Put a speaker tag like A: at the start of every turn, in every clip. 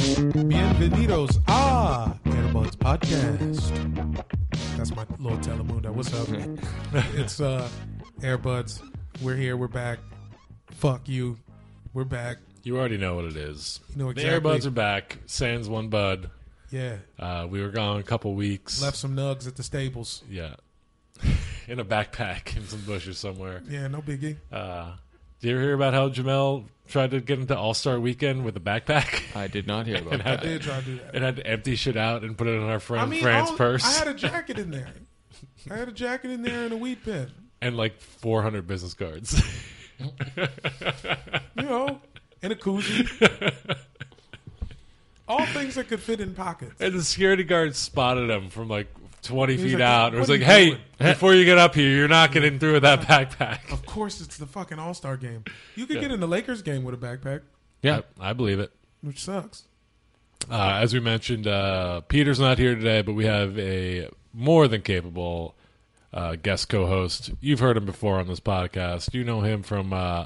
A: Bienvenidos a Cannabis Podcast. That's my little telemundo. What's up? it's uh Airbuds. We're here. We're back. Fuck you. We're back.
B: You already know what it is.
A: You know
B: The
A: exactly.
B: Airbuds are back. Sans one bud.
A: Yeah.
B: Uh, we were gone a couple weeks.
A: Left some nugs at the stables.
B: Yeah. in a backpack in some bushes somewhere.
A: Yeah, no biggie.
B: Uh, did you ever hear about how Jamel tried to get into All Star Weekend with a backpack?
C: I did not hear about
B: and
C: that.
B: had,
A: I did try to do that.
B: and had to empty shit out and put it in our friend
A: I mean,
B: Fran's
A: all-
B: purse.
A: I had a jacket in there. I had a jacket in there and a weed pen.
B: and like 400 business cards.
A: You know, and a koozie. All things that could fit in pockets.
B: and the security guard spotted him from like 20
A: He's
B: feet
A: like,
B: out. It
A: "What
B: was
A: are
B: like,
A: you
B: hey,
A: doing?" Oh.
B: before you get up here, you're not getting through with that backpack.
A: Of course, it's the fucking All Star game. You could get in the Lakers game with a backpack,
C: Yeah.
B: I believe it.
A: which sucks.
B: Uh, as we mentioned, uh, Peter's not here today, but we have a more than capable uh, guest co-host. You've heard him before on this podcast. You know him from uh,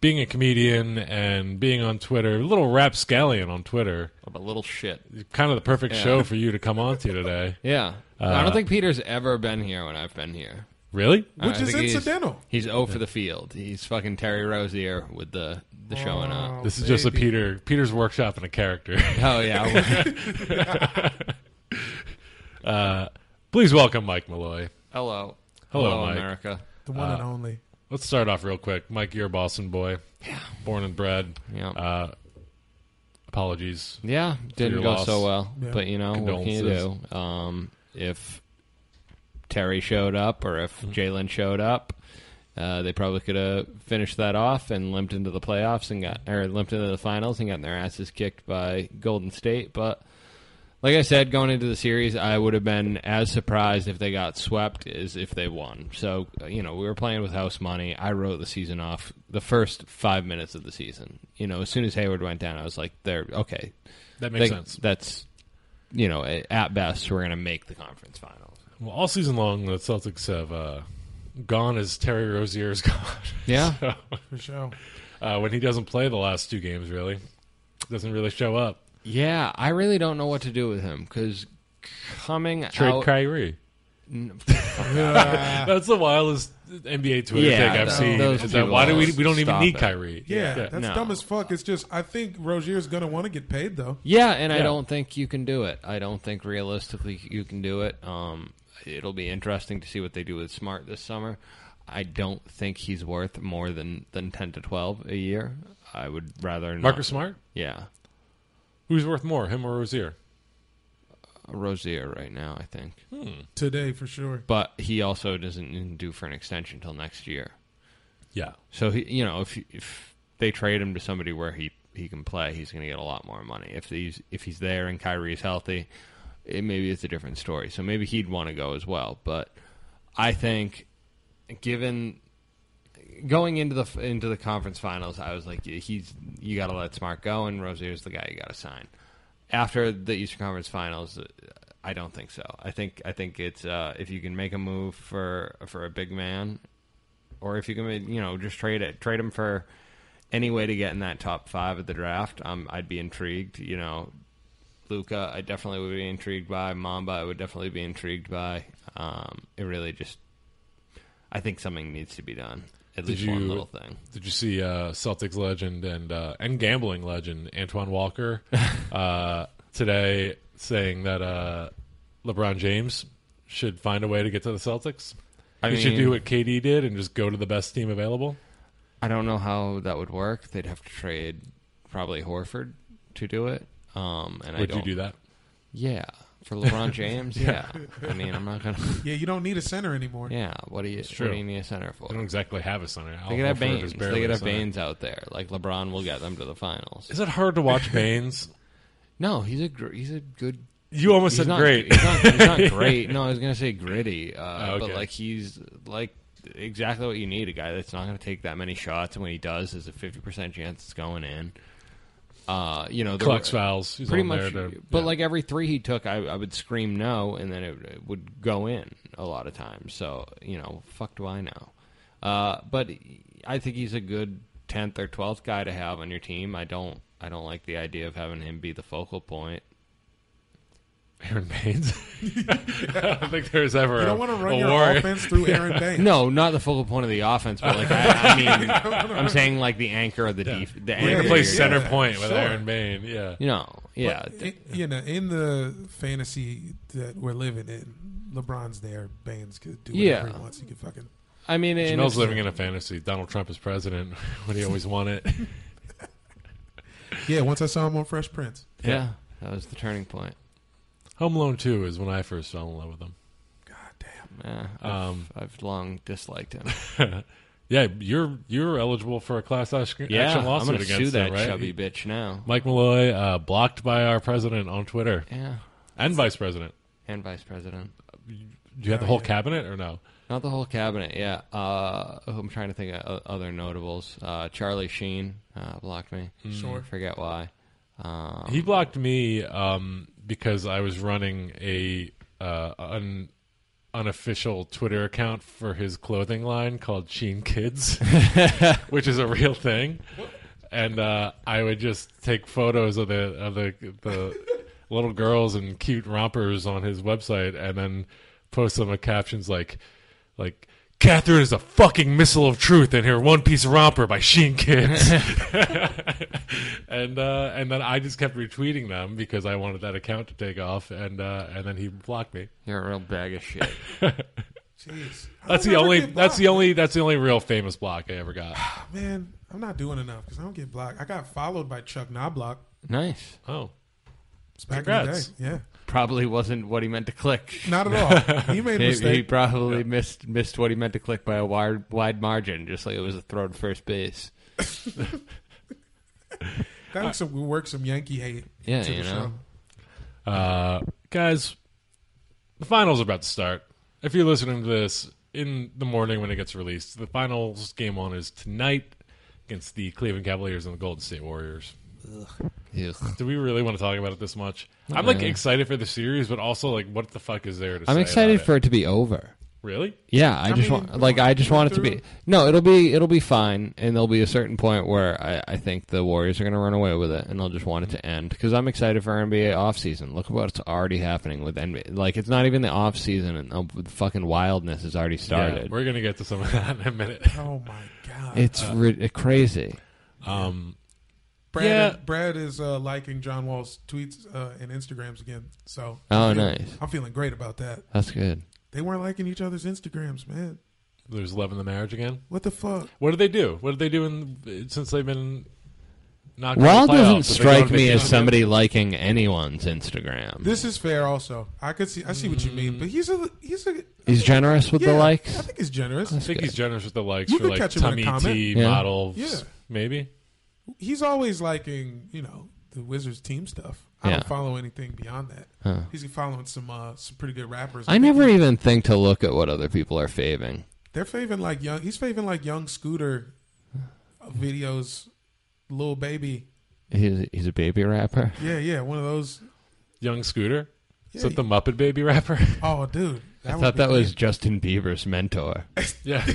B: being a comedian and being on Twitter. A little rapscallion on Twitter.
C: I'm a little shit.
B: Kind of the perfect show for you to come on to today.
C: Yeah. I don't think Peter's ever been here when I've been here.
B: Really?
A: Which
C: I
A: is
C: think he's-
A: incidental.
C: He's 0 for the field. He's fucking Terry Rozier with the, the showing up.
B: This is just a Peter Peter's workshop and a character.
C: Oh, yeah.
B: Please welcome Mike Malloy.
C: Hello.
B: Hello, Mike.
C: America.
A: The one
B: Uh,
A: and only.
B: Let's start off real quick. Mike, you're a Boston boy, born and bred.
C: Yeah.
B: Uh, apologies.
C: Yeah, didn't
B: your
C: go
B: loss.
C: so well.
A: Yeah.
C: But you know, what can you do? Um, if Terry showed up or
B: Mm-hmm.
C: if Jalen showed up, uh, they probably could have finished that off and limped into the playoffs and got or limped into the finals and gotten their asses kicked by Golden State. But like I said, going into the series, I would have been as surprised if they got swept as if they won. So uh, you know, we were playing with house money. I wrote the season off the first five minutes of the season. You know, as soon as Hayward went down, I was like, "They're okay."
B: That makes
C: They-
B: sense.
C: That's you know, at best, we're going to make the conference finals.
B: Well, all season long, the Celtics have uh, gone as Terry Rozier is gone.
C: Yeah.
B: So,
A: For sure.
B: uh, when he doesn't play the last two games, really, doesn't really show up.
C: Yeah, I really don't know what to do with him because coming
B: Trade
C: out,
B: Kyrie.
A: Yeah.
B: That's the wildest NBA Twitter
C: Yeah,
B: take I've
C: those-
B: seen.
C: those
B: Is that why do
C: people
B: we we don't even
C: stop
B: need
C: it.
B: Kyrie?
A: yeah, that's
C: No.
A: dumb as fuck. It's just, I think Rozier's going to want to get paid, though.
C: yeah, and I
B: Yeah.
C: don't think you can do it. I don't think realistically you can do it. Um, it'll be interesting to see what they do with Smart this summer. I don't think he's worth more than than ten to twelve a year. I would rather not.
B: Marcus Smart?
C: Yeah,
B: Who's worth more, him or Rozier?
C: Rozier right now, I think.
A: today for sure.
C: But he also doesn't even do for an extension till next year.
B: Yeah.
C: So he, you know, if if they trade him to somebody where he he can play, he's going to get a lot more money. If he's if he's there and Kyrie's healthy, it maybe it's a different story. So maybe he'd want to go as well. But I think, given going into the into the conference finals, I was like, he's you got to let Smart go, and Rozier's the guy you got to sign. After the Eastern Conference Finals, I don't think so. I think I think it's uh, if you can make a move for for a big man, or if you can, you know, just trade it, trade him for any way to get in that top five of the draft. Um, I'd be intrigued. You know, Luca, I definitely would be intrigued by Mamba. I would definitely be intrigued by. Um, it really just, I think something needs to be done. At
B: Did
C: least one
B: you-
C: little thing.
B: Did you see uh, Celtics legend and uh, and gambling legend Antoine Walker uh, today saying that uh, LeBron James should find a way to get to the Celtics?
C: I
B: he should do
C: mean-
B: what KD did and just go to the best team available.
C: I don't know how that would work. They'd have to trade probably Horford to do it. Um, and I
B: Would you
C: don't-
B: do that?
C: Yeah, for LeBron James. yeah. I mean, I'm not gonna.
A: Yeah, you don't need a center anymore.
C: Yeah, what do you?
B: true.
C: What do you need a center for?
B: They don't exactly have a center.
C: They could have Baines. They could have Baines out there. Like LeBron will get them to the finals.
B: Is it hard to watch Baines?
C: No, he's a gr- he's a good.
B: You almost
C: he's
B: said
C: not,
B: great.
C: He's not, he's not great. No, I was gonna say gritty, uh,
B: Oh, okay.
C: but like he's like exactly what you need. A guy that's not gonna take that many shots, and when he does, there's a fifty percent chance it's going in. Uh, you know, the
B: Clucks fouls. He's
C: pretty
B: on
C: much.
B: there to-
C: but
B: yeah.
C: like every three he took, I, I would scream no, and then it, it would go in a lot of times. So you know, fuck do I know? Uh, but I think he's a good tenth or twelfth guy to have on your team. I don't. I don't like the idea of having him be the focal point.
B: Aaron Baines. I don't think there's ever
A: You
B: a,
A: don't want to run
B: a
A: your
B: war.
A: offense through Aaron Baines.
C: No, not the focal point of the offense, but like I, I mean, I'm saying like the anchor of the def- the
B: We're
C: anchor.
B: gonna
C: of
B: play
C: your-
B: center
A: yeah,
B: point with
A: sure.
B: Aaron Bain. Yeah.
C: You know, yeah.
A: But i- you know, in the fantasy that we're living in, LeBron's there. Baines could do whatever
C: Yeah.
A: he wants. He could fucking.
C: I mean, and
B: Jamel's
C: it's-
B: living in a fantasy. Donald Trump is president. what do you always want it?
A: Yeah, once I saw him on Fresh Prince.
C: yeah. That was the turning point.
B: Home Alone Two is when I first fell in love with him.
A: God damn.
C: Yeah, I've,
B: Um,
C: I've long disliked him.
B: Yeah, you're you're eligible for a class action
C: Yeah,
B: action
C: I'm
B: lawsuit
C: gonna
B: against
C: sue that
B: him, right?
C: chubby bitch now.
B: Mike Malloy uh, blocked by our president on Twitter
C: Yeah,
B: and vice president.
C: and vice president.
B: Do you have the whole cabinet or no?
C: Not the whole cabinet. Yeah, uh, I'm trying to think of o- other notables. Uh, Charlie Sheen uh, blocked me. Sure, forget why. Um,
B: He blocked me um, because I was running a uh, un, unofficial Twitter account for his clothing line called Sheen Kids, which is a real thing. And uh, I would just take photos of the of the, the little girls and cute rompers on his website, and then post them with captions like like. Catherine is a fucking missile of truth in her one piece romper by Sheen Kids. and uh, and then I just kept retweeting them because I wanted that account to take off, and uh, and then he blocked me.
C: you're a real bag of shit.
A: Jeez. I don't
B: That's the
A: ever
B: only.
A: get
B: That's the
A: blocked.
B: only. That's the only real famous block I ever got.
A: Man, I'm not doing enough because I don't get blocked. I got followed by Chuck Knoblock
C: nice.
B: Oh,
A: It's back
B: Congrats.
A: in the day.
C: Probably wasn't what he meant to click.
A: Yeah. Not at all. He made a
C: He, he
A: mistake.
C: probably missed missed what he meant to click by a wide wide margin, just like it was a throw to first base.
A: That was some, we worked some Yankee hate.
C: Yeah,
A: to the
C: you know.
A: show.
B: uh, guys, the finals are about to start. If you're listening to this in the morning when it gets released, the finals game on is tonight against the Cleveland Cavaliers and the Golden State Warriors.
C: Ugh.
B: Do we really want to talk about it this much? I'm like
C: Yeah.
B: excited for the series, but also like, what the fuck is there to?
C: I'm
B: say
C: excited
B: about
C: for it to be over.
B: really.
C: Yeah, I, just
A: mean,
C: want
A: come
C: like
A: on,
C: I just
A: we're
C: want it to
A: through.
C: be no. It'll be it'll be fine, and there'll be a certain point where I, I think the Warriors are going to run away with it, and I'll just want it to end because I'm excited for NBA offseason. Look at what's already happening with NBA. Like it's not even the offseason, and uh, the fucking wildness has already
B: Yeah,
C: started.
B: we're gonna get to some of that in a minute.
A: Oh my god.
C: it's
B: uh,
C: ri- crazy.
B: Um,
A: Brad,
B: Yeah.
A: Brad is uh, liking John Wall's tweets uh, and Instagrams again. So
C: Oh,
A: I'm feeling-
C: nice.
A: I'm feeling great about that.
C: That's good.
A: They weren't liking each other's Instagrams, man.
B: There's love in the marriage again.
A: What the fuck?
B: What did they do? What did they do in, since they've been knocked out
C: Wall
B: of the playoffs?
C: doesn't
B: Did they go
C: strike
B: on
C: me as
B: vacation?
C: somebody liking anyone's Instagram.
A: This is fair. Also, I could see. I see what you mean, but he's a he's a
C: He's generous Mm. with the
A: yeah, I
C: likes.
A: think he's generous.
B: I think he's generous with the likes
A: You
B: for
A: could
B: like
A: catch him in a
B: tummy
A: comment.
B: tea
C: Yeah.
B: models,
A: Yeah.
B: maybe.
A: He's always liking you know the Wizards team stuff. I
C: Yeah.
A: don't follow anything beyond that. He's following some uh, some pretty good rappers.
C: I
A: think
C: never e-
A: he-
C: even think to look at what other people are faving.
A: They're faving like young. He's faving like young Scooter videos. Little baby.
C: He's, he's a baby rapper.
A: Yeah, yeah. One of those.
B: Young Scooter. Is
A: Yeah,
B: that the Muppet Baby rapper?
A: Oh, dude.
C: I
A: would
C: thought
A: be
C: that was
A: great.
C: Justin Bieber's mentor.
B: yeah.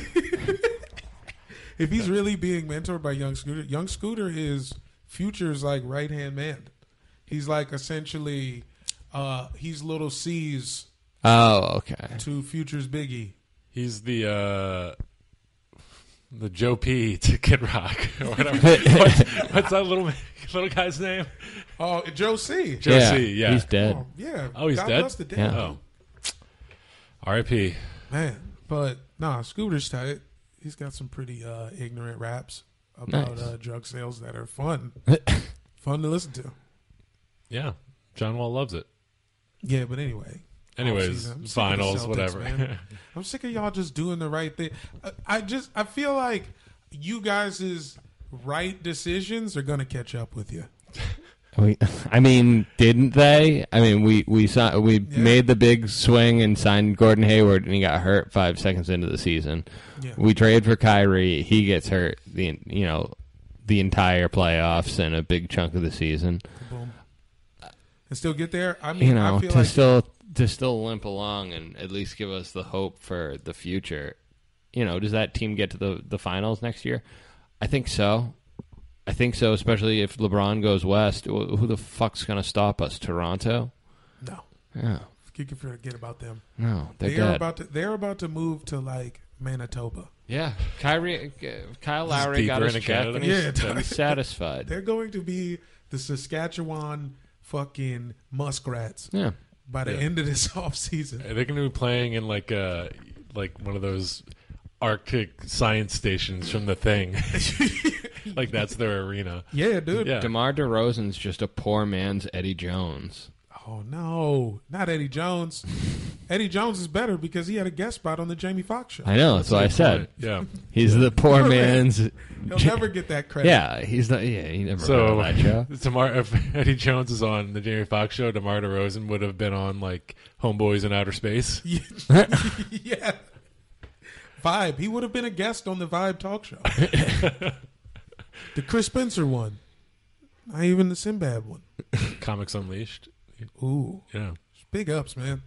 A: If he's really being mentored by Young Scooter, Young Scooter is Future's like right hand man. He's like essentially, uh, he's little C's
C: Oh, okay.
A: to Future's Biggie.
B: He's the uh the Joe P to Kid Rock or whatever. what's, what's that little little guy's name?
A: Oh, and Joe C.
B: Joe C, yeah.
C: He's dead.
A: Oh, yeah.
B: Oh, he's
A: God
B: dead?
A: Bless the dead.
C: Yeah.
B: Oh. R.I.P.
A: man. But nah, Scooter's tight. He's got some pretty uh, ignorant raps about
C: Nice.
A: uh, drug sales that are fun, fun to listen to.
B: Yeah. John Wall loves it.
A: Yeah, but anyway.
B: Anyways,
A: Offseason. I'm sick of the
B: finals,
A: Celtics,
B: whatever.
A: man. I'm sick of y'all just doing the right thing. I, I just I feel like you guys' right decisions are gonna catch up with you.
C: We, I mean, didn't they? I mean, we we saw we
A: Yeah.
C: made the big swing and signed Gordon Hayward, and he got hurt five seconds into the season.
A: Yeah.
C: We trade for Kyrie, he gets hurt. The you know the entire playoffs and a big chunk of the season.
A: Boom. And still get there. I mean,
C: You know,
A: I feel
C: to
A: like
C: still to still limp along and at least give us the hope for the future. You know, does that team get to the the finals next year? I think so. I think so, especially if LeBron goes west. Wh- Who the fuck's going to stop us? Toronto?
A: no,
C: Yeah.
A: you can forget about them.
C: No, they're
A: They
C: dead.
A: are about to they're about to move to like Manitoba.
C: yeah, Kyrie, Kyle
B: This is
C: Lowry got
B: deeper
C: his
B: into
C: check,
B: Canada.
C: and he's,
A: Yeah, it
C: he's
A: does.
C: satisfied.
A: They're going to be the Saskatchewan fucking muskrats
C: yeah,
A: by the
B: Yeah.
A: end of this offseason.
B: Are they going to be playing in like a like one of those Arctic science stations from the thing? like that's their arena.
A: Yeah, dude.
B: Yeah.
C: DeMar DeRozan's just a poor man's Eddie Jones.
A: Oh no, not Eddie Jones. Eddie Jones is better because he had a guest spot on the Jamie Foxx show.
C: I know. That's, what I said.
B: Yeah.
C: He's the poor man's.
A: He'll never get that credit.
C: Yeah, he's not. Yeah, he never so,
B: So
C: on that show.
B: tomorrow, if Eddie Jones is on the Jamie Foxx show, Demar Derozan would have been on like Homeboys in Outer Space.
A: yeah. Vibe. He would have been a guest on the Vibe talk show. the Chris Spencer one. Not even the Sinbad one.
B: Comics Unleashed.
A: Ooh.
B: Yeah.
A: Big ups, man.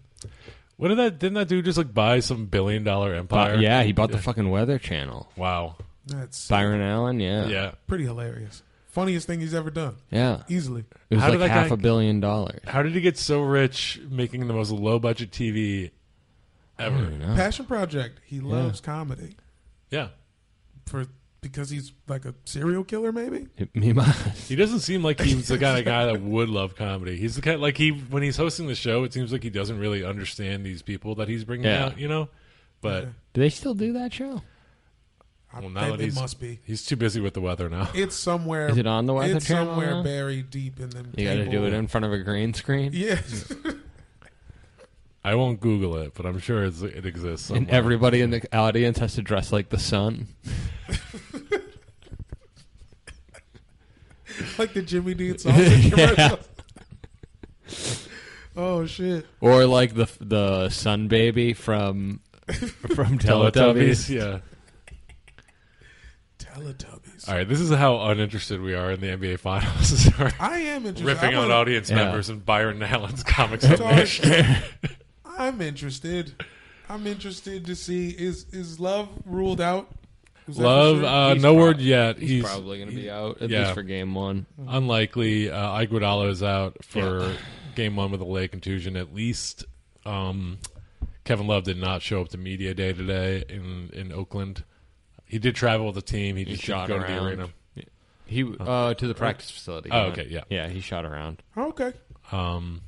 B: What did that? Didn't that dude just like buy some billion dollar empire?
C: But, yeah, he bought the fucking Weather Channel.
B: Wow.
A: That's
C: Byron Allen. Yeah,
B: Yeah.
A: pretty hilarious. Funniest thing he's ever done.
C: yeah.
A: Easily.
C: It was
B: How did
C: like
B: that
C: half
B: guy-
C: a billion dollars.
B: How did he get so rich making the most low budget TV
C: Hmm.
B: ever?
A: Passion Project. He loves comedy.
B: Yeah.
A: For because he's like a serial killer, maybe?
C: He must.
B: He doesn't seem like he's the kind of guy that would love comedy. He's the kind like he when he's hosting the show, it seems like he doesn't really understand these people that he's bringing
C: Yeah.
B: out. You know, but
C: Do they still do that show?
A: I
B: well, now
A: think
B: that
A: it
B: he's
A: must be.
B: he's too busy with the weather now.
A: It's somewhere.
C: Is it on the Weather
A: It's
C: Channel
A: somewhere
C: now?
A: buried deep in them.
C: You got to
A: cable-
C: do it in front of a green screen.
A: Yes.
B: I won't Google it, but I'm sure it's, it exists.
C: And
B: Somewhere.
C: everybody in the audience has to dress like the sun.
A: like the Jimmy Dean sausage
C: Yeah.
A: commercial. oh shit!
C: Or like the the sun baby from from Teletubbies.
B: yeah.
A: Teletubbies.
B: All right, this is how uninterested we are in the NBA Finals. This is our
A: I am interested.
B: riffing
A: I'm,
B: on
A: a-
B: audience
C: Yeah.
B: members and Byron Allen's comics.
A: Sorry. I'm interested. I'm interested to see is is love ruled out? Is that
B: Love,
A: for sure?
B: uh,
C: He's
B: no
C: prob-
B: word yet. He's,
C: He's probably going to be out at
B: yeah.
C: least for game one.
B: unlikely. Uh, Iguodala is out for game one with a leg contusion. At least um, Kevin Love did not show up to media day today in in Oakland. He did travel with the team. He
C: He
B: just
C: shot
B: didn't go to the
C: around.
B: arena.
C: He uh, to the practice facility.
B: Oh,
C: he went.
B: okay, yeah.
C: yeah. He shot around.
A: okay.
B: Um,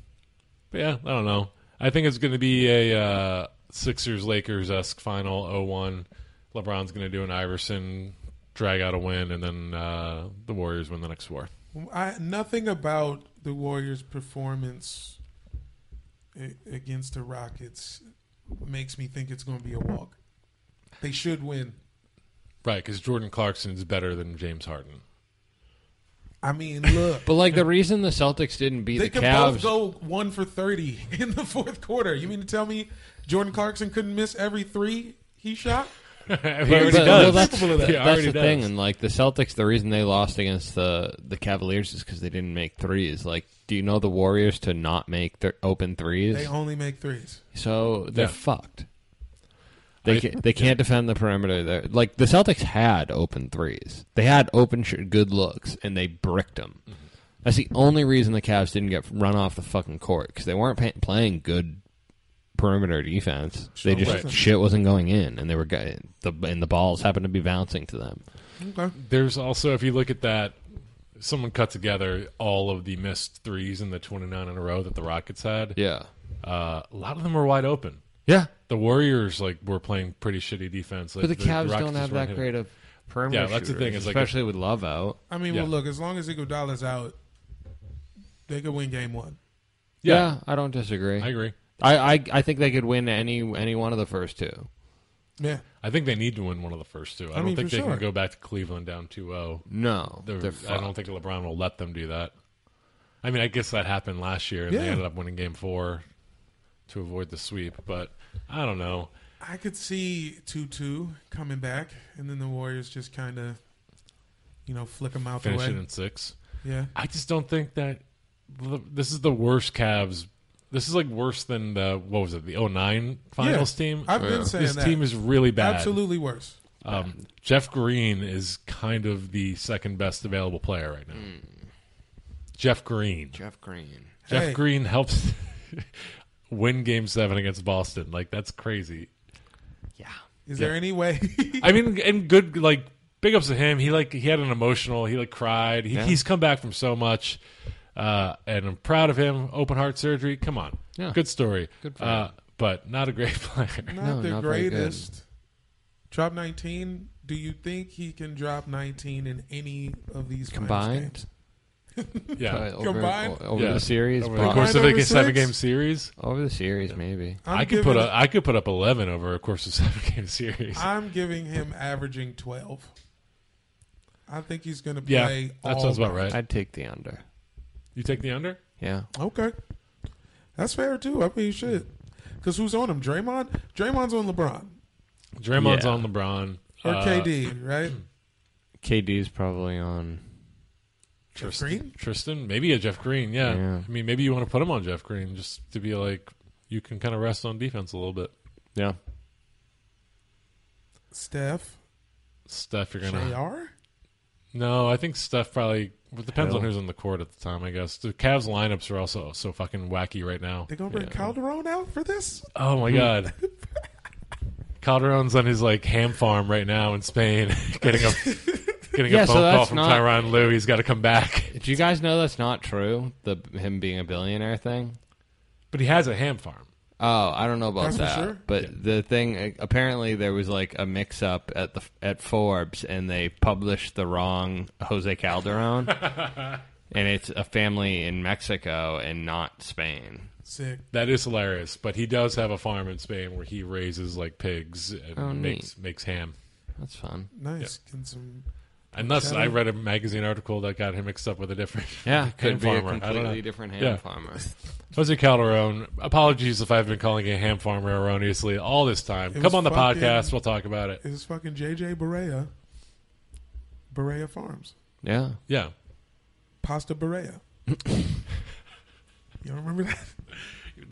B: but yeah, I don't know. I think it's going to be a uh, Sixers Lakers esque final 0 1. LeBron's going to do an Iverson drag out a win, and then uh, the Warriors win the next four.
A: I, nothing about the Warriors' performance a- against the Rockets makes me think it's going to be a walk. They should win.
B: Right, because Jordan Clarkson is better than James Harden.
A: I mean, look,
C: But like the reason the Celtics didn't beat
A: they
C: the
A: could
C: Cavs,
A: both go one for thirty in the fourth quarter. You mean to tell me Jordan Clarkson couldn't miss every three he shot?
B: he already
C: But-
B: does.
C: well, that's,
B: He
C: that's
B: already
C: the
B: does.
C: thing, and like the Celtics, the reason they lost against the the Cavaliers is because they didn't make threes. Like, do you know the Warriors to not make th- open threes?
A: They only make threes.
C: so they're
B: Yeah.
C: fucked. They
B: I-
C: ca- they can't defend the perimeter. There, like the Celtics had open threes. They had open sh- good looks, and they bricked them.
B: Mm-hmm.
C: That's the only reason the Cavs didn't get run off the fucking court because they weren't pa- playing good perimeter defense. they just
B: wasn't.
C: shit wasn't going in, and they were go- the and the balls happened to be bouncing to them.
A: Okay.
B: There's also, if you look at that, someone cut together all of the missed threes in the 29 in a row that the Rockets had.
C: Yeah,
B: Uh, a lot of them were wide open.
C: yeah.
B: The Warriors like were playing pretty shitty defense. Like,
C: But the Cavs
B: Rockets
C: don't
B: just
C: have
B: weren't
C: that
B: hitting.
C: great of perimeter.
B: Yeah, that's the
C: shooters,
B: thing, is like-
C: especially with Love out.
A: I mean, well,
B: Yeah.
A: look, as long as Iguodala's out, they could win game one.
B: Yeah.
C: Yeah, I don't disagree.
B: I agree.
C: I, I I think they could win any any one of the first two.
A: Yeah.
B: I think they need to win one of the first two. I, don't
A: mean,
B: think
A: for
B: they
A: sure.
B: can go back to Cleveland down 2-0.
C: No,
B: They're-
C: they're
B: I don't think
C: fucked.
B: LeBron will let them do that. I mean, I guess that happened last year, and they
A: Yeah.
B: ended up winning Game Four to avoid the sweep. But I don't know.
A: I could see 2 2 coming back, and then the Warriors just kind of, you know, flick them out
B: Finish
A: the
B: it
A: way.
B: in six.
A: Yeah.
B: I just don't think that this is the worst Cavs. This is like worse than the what was it the 09 finals
A: Yeah,
B: team.
A: I've been saying
B: this
A: that.
B: team is really bad.
A: Absolutely worse.
B: Um, Jeff Green is kind of the second best available player right now. Jeff Green.
C: Jeff Green.
B: Jeff
A: Hey.
B: Green helps win Game Seven against Boston. Like that's crazy.
C: Yeah,
A: Is there any way?
B: I mean, and good like big ups to him. He like he had an emotional. He like cried. He, He's come back from so much, uh, and I'm proud of him. Open heart surgery. Come on,
C: Yeah.
B: good story.
C: Good for
B: uh, but not a great player.
A: not the
C: not very good.
A: greatest. Drop 19. Do you think he can drop 19 in any of these finals
C: combined
A: games?
C: Uh,
B: yeah,
C: over,
A: Combined?
C: o- over
B: Yeah.
C: the series,
B: over
C: but-
B: the course of
A: Combined
B: a
A: over
B: seven
A: six?
B: game series.
C: over the series, maybe.
A: I'm
B: i could
A: giving-
B: put a, I could put up eleven over a course of seven game series.
A: I'm giving him averaging 12. I think he's going to
B: yeah,
A: play
B: that
A: all
B: sounds about
A: round.
B: right.
C: I'd take the under.
B: You take the under.
C: Yeah,
A: Okay. That's fair, too. I mean, shit. Because who's on him? Draymond? Draymond's on LeBron.
B: Draymond's
C: Yeah.
B: on LeBron.
A: Or
B: Uh,
A: KD, right?
C: KD's probably on.
A: Jeff
B: Tristan,
A: Green?
B: Tristan, maybe a Jeff Green. Yeah.
C: Yeah.
B: I mean, maybe you want to put him on Jeff Green just to be like, you can kind of rest on defense a little bit.
C: Yeah,
A: Steph?
B: Steph, you're gonna.
A: JR?
B: No, I think Steph probably well, it depends on
C: Hill.
B: who's on the court at the time. I guess the Cavs lineups are also so fucking wacky right now.
A: They're going to bring Calderon out for this?
B: Oh my god. Calderon's on his like ham farm right now in Spain, getting a getting
C: Yeah,
B: a
C: so
B: phone call
C: that's
B: from
C: not-
B: Tyron Lou. He's got to come back,
C: do you guys know that's not true? The him being a billionaire thing.
B: but he has a ham farm.
C: Oh, I don't know about
A: That's for
C: that.
A: sure.
C: But the thing uh, apparently there was like a mix up at the at Forbes and they published the wrong Jose Calderon. and it's a family in Mexico and not Spain.
A: Sick.
B: That is hilarious. But he does have a farm in Spain where he raises like pigs and
C: Oh,
B: makes makes ham.
C: That's fun.
A: Nice. Can some
B: Unless
A: Shadow?
B: I read a magazine article that got him mixed up with a different
C: Yeah,
B: ham
C: could be a
B: farmer. I don't
C: completely
B: know.
C: different ham
B: Yeah.
C: farmer.
B: Jose Calderon, apologies if I've been calling a ham farmer erroneously all this time.
A: It was
B: Come on the
A: fucking-
B: podcast, we'll talk about it.
A: is fucking JJ Barea. Barea Farms.
C: Yeah.
B: Yeah.
A: Pasta Barea. you remember that?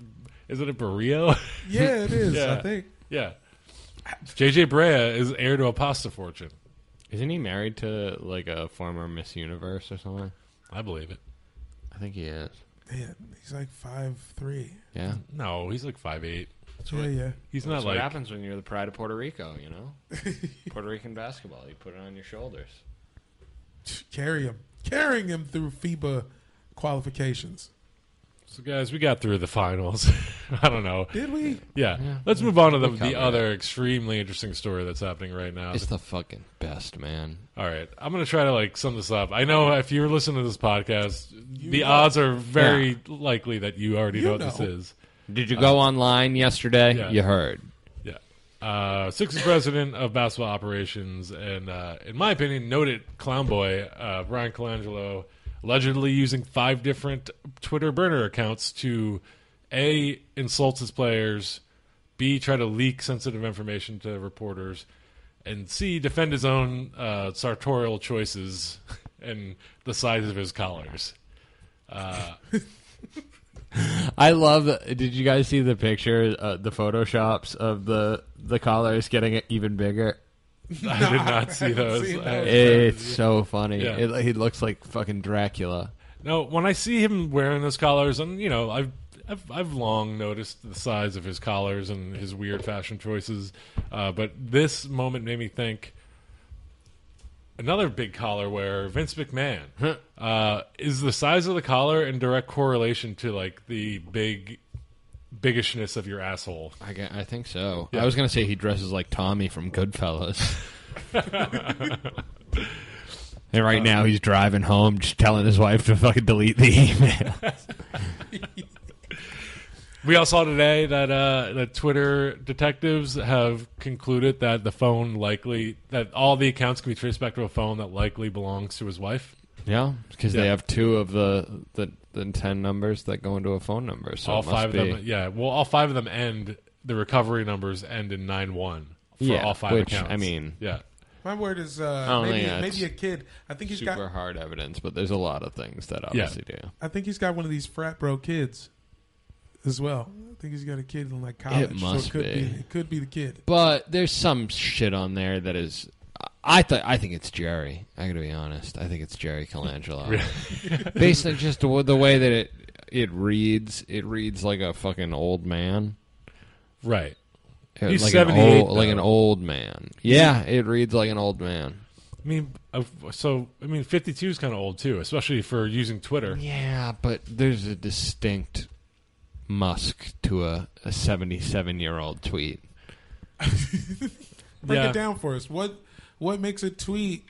B: Is it a burrito?
A: Yeah, it is,
B: Yeah.
A: I think.
B: yeah. JJ Brea is heir to a pasta fortune.
C: Isn't he married to like a former Miss Universe or something?
B: I believe it.
C: I think he is.
A: Man, he's like five three.
C: Yeah.
B: No, he's like five eight.
A: Yeah, yeah.
B: He's
C: That's
B: not
C: what
B: like
C: happens when you're the pride of Puerto Rico, you know? Puerto Rican basketball, you put it on your shoulders.
A: Carry him. Carrying him through FIBA qualifications.
B: So guys, we got through the finals. I don't know.
A: Did we?
B: Yeah. Let's move on to the,
C: covered
B: the other extremely interesting story that's happening right now.
C: It's the fucking best, man.
B: All right. I'm going to try to like sum this up. I know if you're listening to this podcast, the odds are very likely that you already
A: You
B: know what this
A: know.
B: is.
C: Did you go online yesterday?
B: Uh, yeah.
C: You heard.
B: Yeah. Uh, Sixers president of basketball operations, and uh, in my opinion, noted clown boy uh, Brian Colangelo, allegedly using five different Twitter burner accounts to a insult his players, b try to leak sensitive information to reporters, and c defend his own uh, sartorial choices and the size of his collars.
C: I love. Did you guys see the picture, uh, the photoshops of the the collars getting even bigger?
B: I did not see those.
A: seen
B: I-
C: It's so funny.
B: Yeah.
C: It, he looks like fucking Dracula.
B: No, when I see him wearing those collars, and you know, I've I've, I've long noticed the size of his collars and his weird fashion choices, uh, but this moment made me think. Another big collar wearer, Vince McMahon, uh, is the size of the collar in direct correlation to like the big biggishness of your asshole.
C: I, gu- I think so. I was gonna say he dresses like Tommy from Goodfellas. and right now he's driving home, just telling his wife to fucking delete the email.
B: We all saw today that uh, that Twitter detectives have concluded that the phone likely that all the accounts can be traced back to a phone that likely belongs to his wife.
C: yeah, because they
B: Yeah.
C: have two of the, the the ten numbers that go into a phone number. So
B: all
C: it must
B: five
C: be-
B: of them, yeah. Well, all five of them end. The recovery numbers end in nine one for
C: Yeah,
B: all five
C: which,
B: accounts.
C: I mean-
B: yeah,
A: My word is uh,
C: don't
A: maybe
C: think that's
A: maybe a kid. I think he's
C: super
A: got.
C: hard evidence, but there's a lot of things that obviously do.
A: I think he's got one of these frat bro kids, as well. I think he's got a kid in like college. so
C: must
A: it could be.
C: be.
A: It could be the kid.
C: But there's some shit on there that is. I th- I think it's Jerry. I gotta be honest. I think it's Jerry Colangelo. Based on just the, the way that it it reads, it reads like a fucking old man.
B: right.
C: It-
B: He's
C: like
B: 78
C: An old, like
B: though.
C: an old man. Yeah, it reads like an old man.
B: I mean, i so I mean, fifty two is kind of old too, especially for using Twitter.
C: Yeah, but there's a distinct Musk to a, a 77 year old tweet.
A: Break
B: Yeah.
A: it down for us. What what makes a tweet?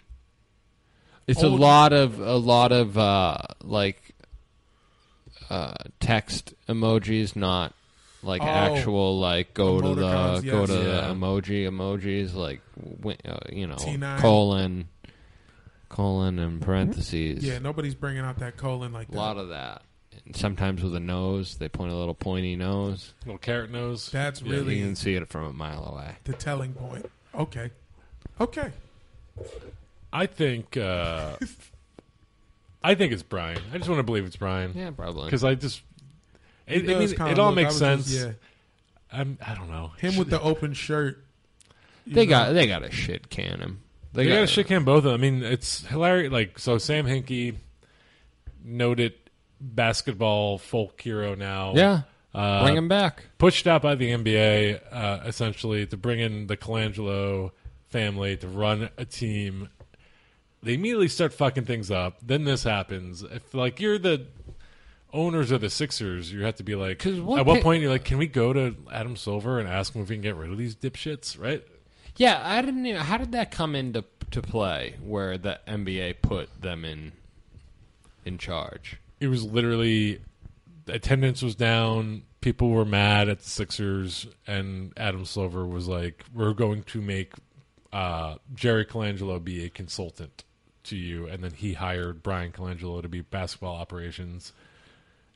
C: It's a
A: Old-
C: lot of a lot of uh, like uh, text emojis, not like
A: Oh.
C: actual like go to the
A: Emoticons,
C: go
A: yes.
C: to
B: Yeah.
C: the emoji emojis like wi- uh, you know
A: T9.
C: colon colon and parentheses.
A: Yeah, nobody's bringing out that colon like
C: a
A: that.
C: lot of that. And sometimes with a nose, they point a little pointy nose.
B: Little carrot nose.
A: That's
B: Yeah.
A: really
C: You can see it from a mile away.
A: the telling point. Okay, okay.
B: I think. Uh, I think it's Brian. I just want to believe it's Brian.
C: Yeah, probably.
B: because I just it, I
A: does
B: mean,
A: kinda
B: it all
A: look- I
B: makes
A: was
B: sense.
A: just-
B: I'm, I don't know.
A: yeah, him with the open shirt. you
C: they
A: know.
C: got they got a shit can him.
B: they got to shit can both of them. I mean, it's hilarious. Like so, Sam Hinkie, noted basketball folk hero now.
C: Yeah,
B: uh,
C: bring him back.
B: pushed out by the NBA uh, essentially to bring in the Colangelo family to run a team. They immediately start fucking things up. Then this happens. If like you're the owners of the Sixers, you have to be like,
C: 'Cause what
B: at what
C: pa-
B: point you're like, can we go to Adam Silver and ask him if we can get rid of these dipshits? Right?
C: Yeah, I didn't. Even, how did that come into to play where the NBA put them in in charge?
B: It was literally attendance was down. People were mad at the Sixers, and Adam Silver was like, "We're going to make uh, Jerry Colangelo be a consultant to you," and then he hired Brian Colangelo to be basketball operations,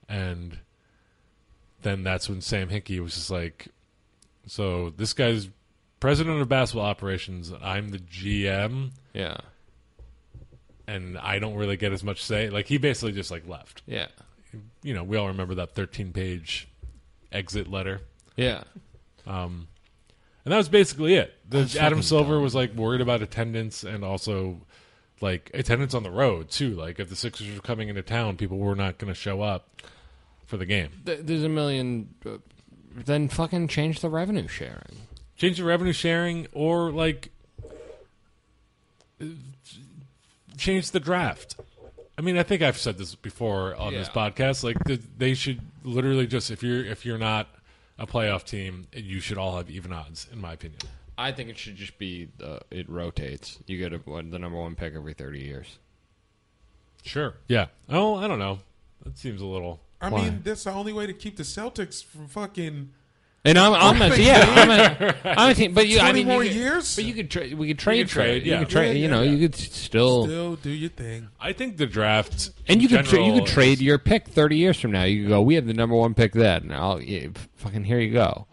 B: and then that's when Sam Hinkie was just like, "So this guy's president of basketball operations. and I'm the GM,
C: Yeah,
B: and I don't really get as much say." Like he basically just like left
C: yeah,
B: you know, we all remember that 13 page exit letter.
C: yeah.
B: And that was basically it. The, Adam Silver was like worried about attendance and also like attendance on the road too. Like if the Sixers were coming into town, people were not going to show up for the game.
C: Th- There's a million. Uh, then fucking change the revenue sharing.
B: Change the revenue sharing or like uh, change the draft. I mean, I think I've said this before on this
C: Yeah.
B: podcast. Like the, they should literally just if you're if you're not a playoff team, you should all have even odds, in my opinion.
C: I think it should just be the, it rotates. You get a, one- the number one pick every thirty years.
B: Sure. Yeah. Oh, I don't know. That seems a little.
A: I
C: Why?
A: mean, that's the only way to keep the Celtics from fucking.
C: And I'm, I'm a, yeah, I'm a, I'm a team, but you, I
A: 20
C: mean,
A: more
C: you could-
A: years?
C: But you could trade. We could trade.
B: could trade,
C: trade.
B: yeah.
C: You could trade.
A: Yeah,
C: you
A: yeah,
C: know,
A: yeah.
C: you could s- still,
A: Still do your thing.
B: I think the draft
C: and you
B: in
C: could tra- you
B: general
C: could trade
B: is-
C: your pick thirty years from now. You could go. We have the number one pick then. I'll yeah, f- fucking here you go.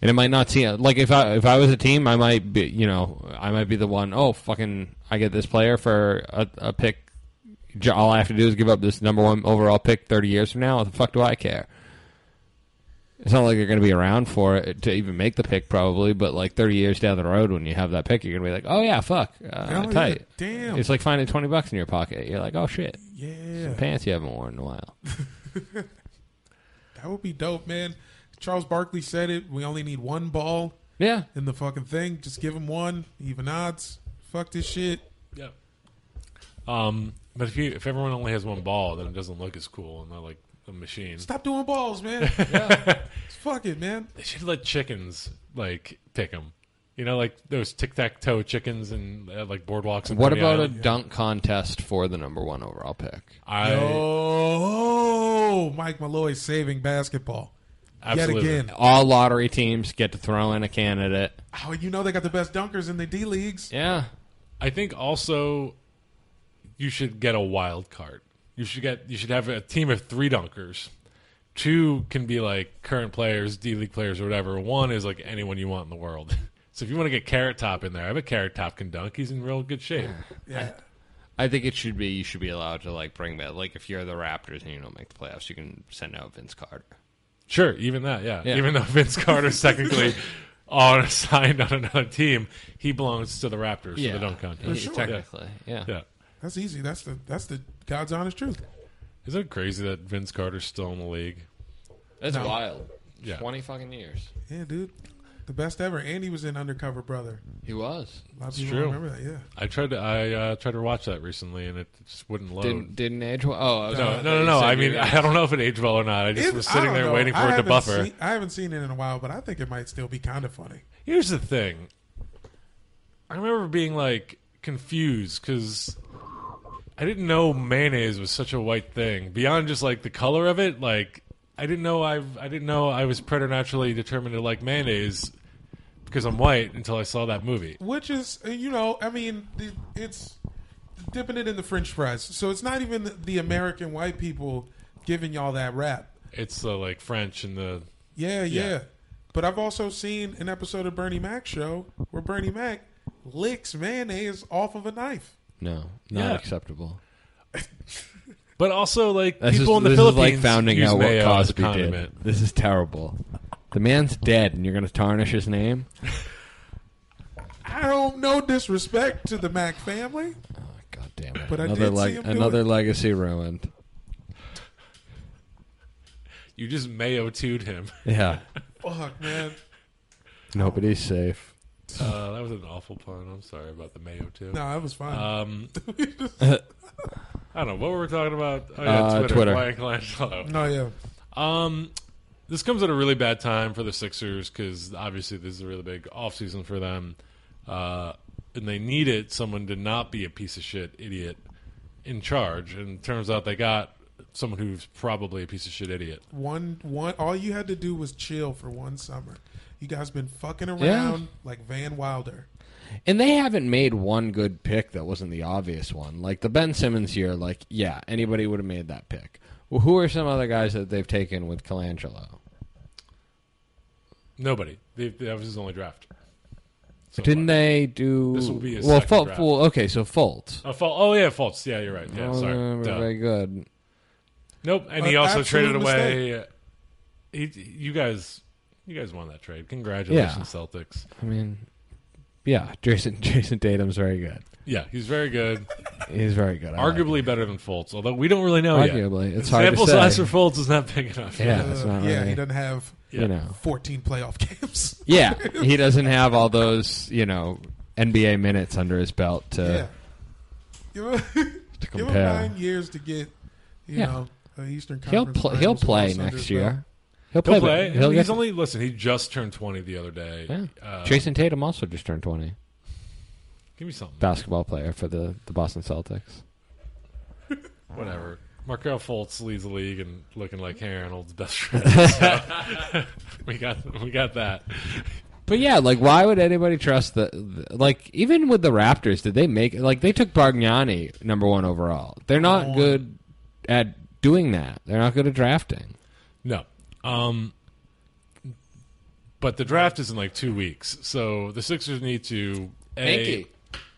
C: And it might not seem like if I if I was a team, I might be you know I might be the one. Oh fucking! I get this player for a, a pick. J- All I have to do is give up this number one overall pick thirty years from now. What the fuck do I care? It's not like you're going to be around for it to even make the pick, probably. But like thirty years down the road, when you have that pick, you're going to be like, "Oh yeah, fuck, uh,
A: Hell yeah,
C: tight."
A: damn.
C: It's like finding twenty bucks in your pocket. You're like, "Oh shit,
A: Yeah,
C: pants you haven't worn in a while."
A: that would be dope, man. Charles Barkley said it. We only need one ball
C: Yeah,
A: in the fucking thing. Just give him one, even odds. Fuck this shit.
B: Yeah. Um, but if you if everyone only has one ball, then it doesn't look as cool and not like a machine.
A: Stop doing balls, man. Fuck it, man.
B: They should let chickens like pick them. You know, like those tic tac toe chickens and uh, like boardwalks. And
C: What about a dunk contest for the number one overall pick?
B: I
A: Oh, Mike Malloy saving basketball
B: Absolutely.
A: yet again.
C: All lottery teams get to throw in a candidate.
A: Oh, you know they got the best dunkers in the D leagues.
C: Yeah.
B: I think also you should get a wild card. You should get you should have a team of three dunkers. Two can be like current players, D League players, or whatever. One is like anyone you want in the world. So if you want to get Carrot Top in there, I have a Carrot Top can dunk. He's in real good shape.
A: Yeah,
C: I think it should be you should be allowed to like bring that like if you're the Raptors and you don't make the playoffs, you can send out Vince Carter.
B: Sure, even that, yeah.
C: Yeah.
B: Even though Vince Carter's technically on signed on another team, he belongs to the Raptors for the dunk contest.
C: Yeah, Technically. Yeah.
B: Yeah.
A: that's easy. That's the that's the God's honest truth.
B: Isn't it crazy that Vince Carter's still in the league?
C: That's wild.
B: Yeah.
C: Twenty fucking years.
A: Yeah, dude, the best ever. And he was in Undercover Brother.
C: He was.
A: A lot of
B: It's
A: people
B: true.
A: remember that. Yeah.
B: I tried to I uh, tried to watch that recently and it just wouldn't load.
C: Didn't didn't age well. Oh I was-
B: no, no, no, no. I mean, I don't know if it aged well or not. I just
A: It-
B: was
A: I
B: sitting
A: don't
B: there
A: know.
B: waiting for
A: I
B: it to
A: haven't
B: buffer.
A: seen- I haven't seen it in a while, but I think it might still be kind of funny.
B: Here's the thing. I remember being like confused because I didn't know mayonnaise was such a white thing. Beyond just like the color of it, like I didn't know I've I didn't know I was preternaturally determined to like mayonnaise because I'm white until I saw that movie.
A: Which is, uh, you know, I mean, the- it's dipping it in the French fries. So it's not even the, the American white people giving y'all that rap.
B: It's the like French and the
A: Yeah, yeah.
B: Yeah.
A: But I've also seen an episode of Bernie Mac show where Bernie Mac licks mayonnaise off of a knife.
C: No, not
B: Yeah.
C: acceptable.
B: but also like
C: That's
B: people
C: just-
B: in the
C: this
B: Philippines
C: is like founding
B: use
C: out what
B: mayo as a
C: Cosby did.
B: condiment.
C: This is terrible. The man's dead, and you're going to tarnish his name.
A: I don't no disrespect to the Mac family.
C: Oh, God damn it!
A: But I
C: another
A: did see
C: leg,
A: him do
C: another
A: it.
C: legacy ruined.
B: You just mayo toed him.
C: Yeah,
A: Fuck, man.
C: nobody's safe.
B: Uh, that was an awful pun. I'm sorry about the mayo too.
A: No, that was fine.
B: Um, I don't know what were we talking about. Oh yeah,
C: Uh,
B: Twitter.
C: Twitter.
B: Brian Colangelo.
A: no, yeah.
B: Um, this comes at a really bad time for the Sixers because obviously this is a really big offseason for them, uh, and they needed someone to not be a piece of shit idiot in charge. And it turns out they got someone who's probably a piece of shit idiot.
A: One one all you had to do was chill for one summer. You guys been fucking around like Van Wilder.
C: And they haven't made one good pick that wasn't the obvious one. Like the Ben Simmons year, like yeah, anybody would have made that pick. Well, who are some other guys that they've taken with Colangelo?
B: Nobody. They, that was his only draft. So
C: Didn't
B: far.
C: they do?
B: This will be his
C: well,
B: second
C: Fult-
B: draft.
C: well, okay, so Fultz.
B: Oh, Fal- oh yeah, false. Yeah, you're right. Yeah,
C: Oh,
B: sorry.
C: remember
B: Duh.
C: very good.
B: Nope, and he
A: An
B: also
A: absolute
B: traded away. uh, He, you guys, you guys won that trade. Congratulations,
C: Yeah.
B: Celtics.
C: I mean, yeah, Jason Jason Tatum's very good.
B: Yeah, he's very good.
C: He's very good. I like him.
B: Arguably oh, better than Fultz, although we don't really know
C: Arguably.
B: yet.
C: It's
B: The
C: hard to
B: sample
C: say.
B: size for Fultz is not big enough.
C: Yeah,
A: Uh,
C: it's not
A: yeah,
C: really-
A: he doesn't have
C: you know.
A: fourteen playoff games.
C: Yeah, he doesn't have all those you know NBA minutes under his belt
B: Uh,
A: yeah.
C: to
A: Give him,
C: to
A: give him
C: compare.
A: nine years to get you
C: Yeah.
A: know an Eastern
C: He'll
A: Conference.
C: pl- he'll
A: Finals
C: play
A: under
C: next
A: his belt.
C: year.
B: He'll
C: He'll play.
B: play.
C: but He'll
B: he's
C: get-
B: only listen. He just turned twenty the other day.
C: yeah.
B: Uh,
C: Jason Tatum also just turned 20.
B: give me something.
C: Basketball player for the, the Boston Celtics.
B: Whatever. Markel Fultz leads the league and looking like Harry Arnold's best friend. So, we got we got that.
C: But yeah, like why would anybody trust the, the like even with the Raptors? Did they make like they took Bargnani number one overall? They're not good at doing that. They're not good at drafting.
B: No. Um but the draft is in like two weeks, so the Sixers need to. A,
C: Minky,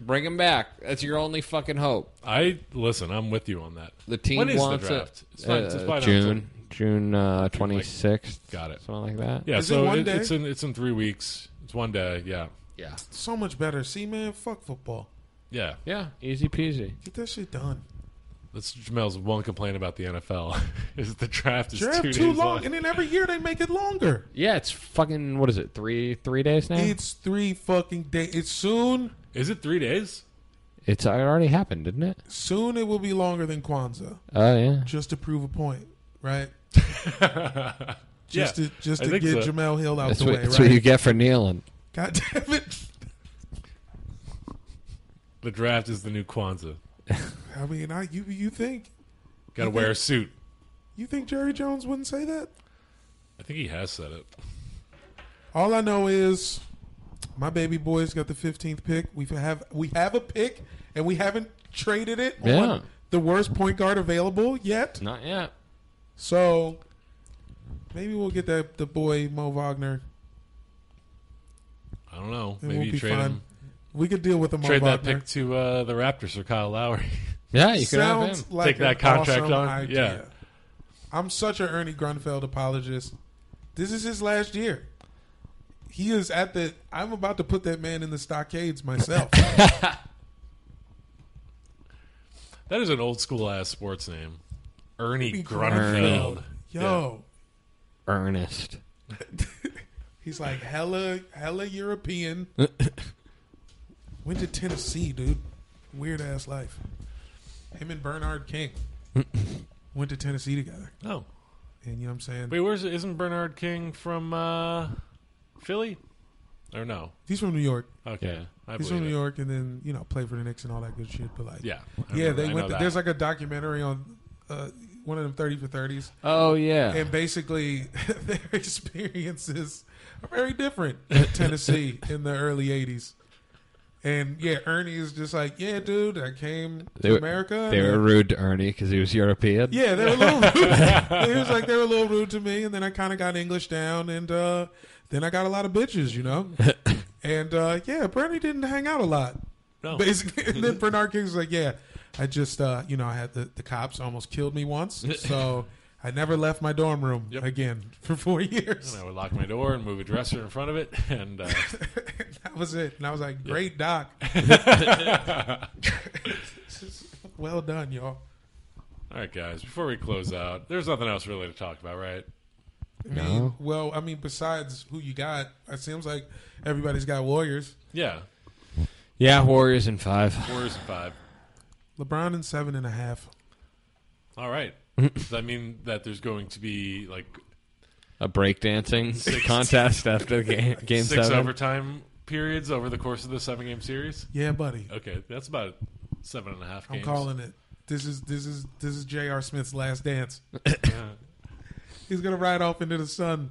C: bring him back. That's your only fucking hope.
B: I listen. I'm with you on that.
C: The team
B: When is the
C: wants
B: draft?
C: it.
B: It's fine- it's fine,
C: June June twenty sixth.
B: Got it.
C: Something like that.
B: Yeah,
A: Is it
B: so
A: one
B: it-
A: day?
B: it's in it's in three weeks. It's one day. Yeah,
C: yeah,
A: So much better. See, man, fuck football.
B: yeah,
C: yeah. Easy peasy.
A: Get that shit done.
B: That's Jamel's one complaint about the NFL is the draft is
A: Draft
B: two
A: too
B: days
A: long, and then every year they make it longer.
C: Yeah, it's fucking what is it? Three three days now. It's,
A: It's three fucking days. It's soon.
B: Is it three days?
C: it already happened, didn't it?
A: Soon it will be longer than Kwanzaa,
C: Oh yeah.
A: just to prove a point, right?
B: Yeah,
A: Just to just
B: I
A: to
B: think
A: get
B: so.
A: Jamel Hill out
C: That's
A: the
C: what,
A: way,
C: that's
A: right?
C: what you get for kneeling.
A: God damn it!
B: The draft is the new Kwanzaa.
A: I mean, I you you think
B: Got to wear a suit.
A: you think Jerry Jones wouldn't say that?
B: I think he has said it.
A: All I know is my baby boy's got the 15th pick. We have we have a pick, and we haven't traded it
C: Yeah.
A: on the worst point guard available yet.
C: Not yet.
A: So maybe we'll get that the boy Mo Wagner.
B: I don't know.
A: It
B: Maybe
A: won't be
B: you trade
A: fun.
B: him.
A: We could deal with the Mo
B: Trade that
A: Wagner.
B: pick to uh, the Raptors or Kyle Lowry.
C: Yeah, you could have
A: Sounds
C: him.
A: like
B: Take that
A: an
B: contract
A: awesome
B: on?
A: idea.
B: Yeah.
A: I'm such an Ernie Grunfeld apologist. This is his last year. He is at the. I'm about to put that man in the stockades myself.
B: that is an old school ass sports name.
A: Grunfeld.
B: Ernie Grunfeld.
A: Yo,
C: Ernest.
A: he's like hella, hella European. Went to Tennessee, dude. Weird ass life. Him and Bernard King went to Tennessee together,
B: No.
A: and you know what I'm saying.
B: Wait, where's isn't Bernard King from uh, Philly? Or no?
A: He's from New York.
B: Okay.
C: Yeah.
B: I
A: He's
B: believe
A: from New
B: it.
A: York, and then you know played for the Knicks and all that good shit. But like,
B: Oh, Yeah. I
A: yeah,
B: remember-
A: they
B: I
A: went.
B: know that.
A: There's like a documentary on uh, one of them thirty for thirties,
C: Oh yeah.
A: and basically their experiences are very different in Tennessee in the early eighties. And yeah, Ernie is just like, yeah, dude, I came
C: They
A: to
C: were,
A: America.
C: They
A: and
C: were
A: then-
C: rude to Ernie because he was European.
A: yeah, they were a little rude. it was like they were a little rude to me, and then I kind of got English down, and uh, then I got a lot of bitches, you know. and uh, yeah, Bernie didn't hang out a lot,
B: No.
A: basically. And then Bernard King was like, "Yeah, I just uh, you know I had the the cops almost killed me once, so I never left my dorm room
B: Yep.
A: again for four years.
B: And I would lock my door and move a dresser in front of it, and uh,
A: that was it." And I was like, "Great doc, well done, y'all."
B: All right, guys. Before we close out, there's nothing else really to talk about, right?
C: No.
A: Well, I mean, besides who you got, it seems like everybody's got warriors.
B: Yeah,
C: Yeah. Warriors in five.
B: Warriors in five.
A: LeBron in seven and a half.
B: All right. Does that mean that there's going to be like
C: A breakdancing contest after the game, game
B: six
C: seven.
B: overtime periods over the course of the seven game series?
A: Yeah, buddy.
B: Okay, that's about seven and a half
A: I'm
B: games.
A: calling it. This is this is this is J.R. Smith's last dance. He's gonna ride off into the sun.